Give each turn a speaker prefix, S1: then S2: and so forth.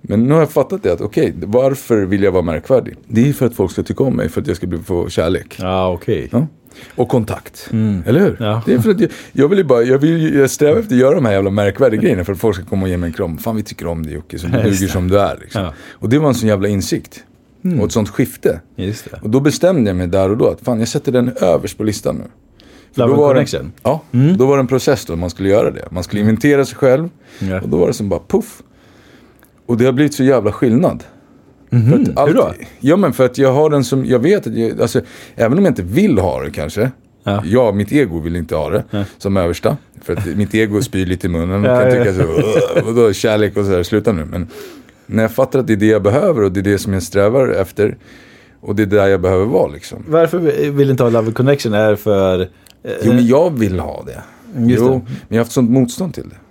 S1: Men nu har jag fattat det att okej, varför vill jag vara märkvärdig? Det är för att folk ska tycka om mig, för att jag ska bli, få kärlek.
S2: Ja, ah, okej.
S1: Ja. Mm. Och kontakt. Eller hur?
S2: Ja.
S1: Det är för att jag, jag vill ju bara, jag, vill, ju- jag strävar efter att göra de här jävla märkvärdiga grejerna för att folk ska komma och ge mig en kram. Fan vi tycker om dig Jocke, så du duger som du är. Liksom.
S2: Ja.
S1: Och det var en sån jävla insikt. Och ett sånt skifte.
S2: Just det.
S1: Och då bestämde jag mig där och då att fan jag sätter den överst på listan nu. För
S2: Love
S1: då
S2: and
S1: var det-
S2: connection.
S1: Ja,
S2: Mm.
S1: då var det en process då man skulle göra det. Man skulle inventera sig själv.
S2: Ja.
S1: Och då var det som bara puff. Och det har blivit så jävla skillnad. För att
S2: Mhm. Hur då?
S1: Ja men för att jag har den som, jag vet att jag, alltså, även om jag inte vill ha det kanske.
S2: Ja.
S1: Jag, mitt ego vill inte ha det som översta. För att mitt ego spyr lite i munnen och
S2: Ja,
S1: kan
S2: ja.
S1: tycka så, "Åh, vadå kärlek och sådär, sluta nu. Men när jag fattar att det är det jag behöver och det är det som jag strävar efter. Och det är där jag behöver vara liksom.
S2: Varför vill inte ha Love and Connection är för... eh,
S1: Jo men jag vill ha det.
S2: Just
S1: jo,
S2: det.
S1: men jag har haft sånt motstånd till det.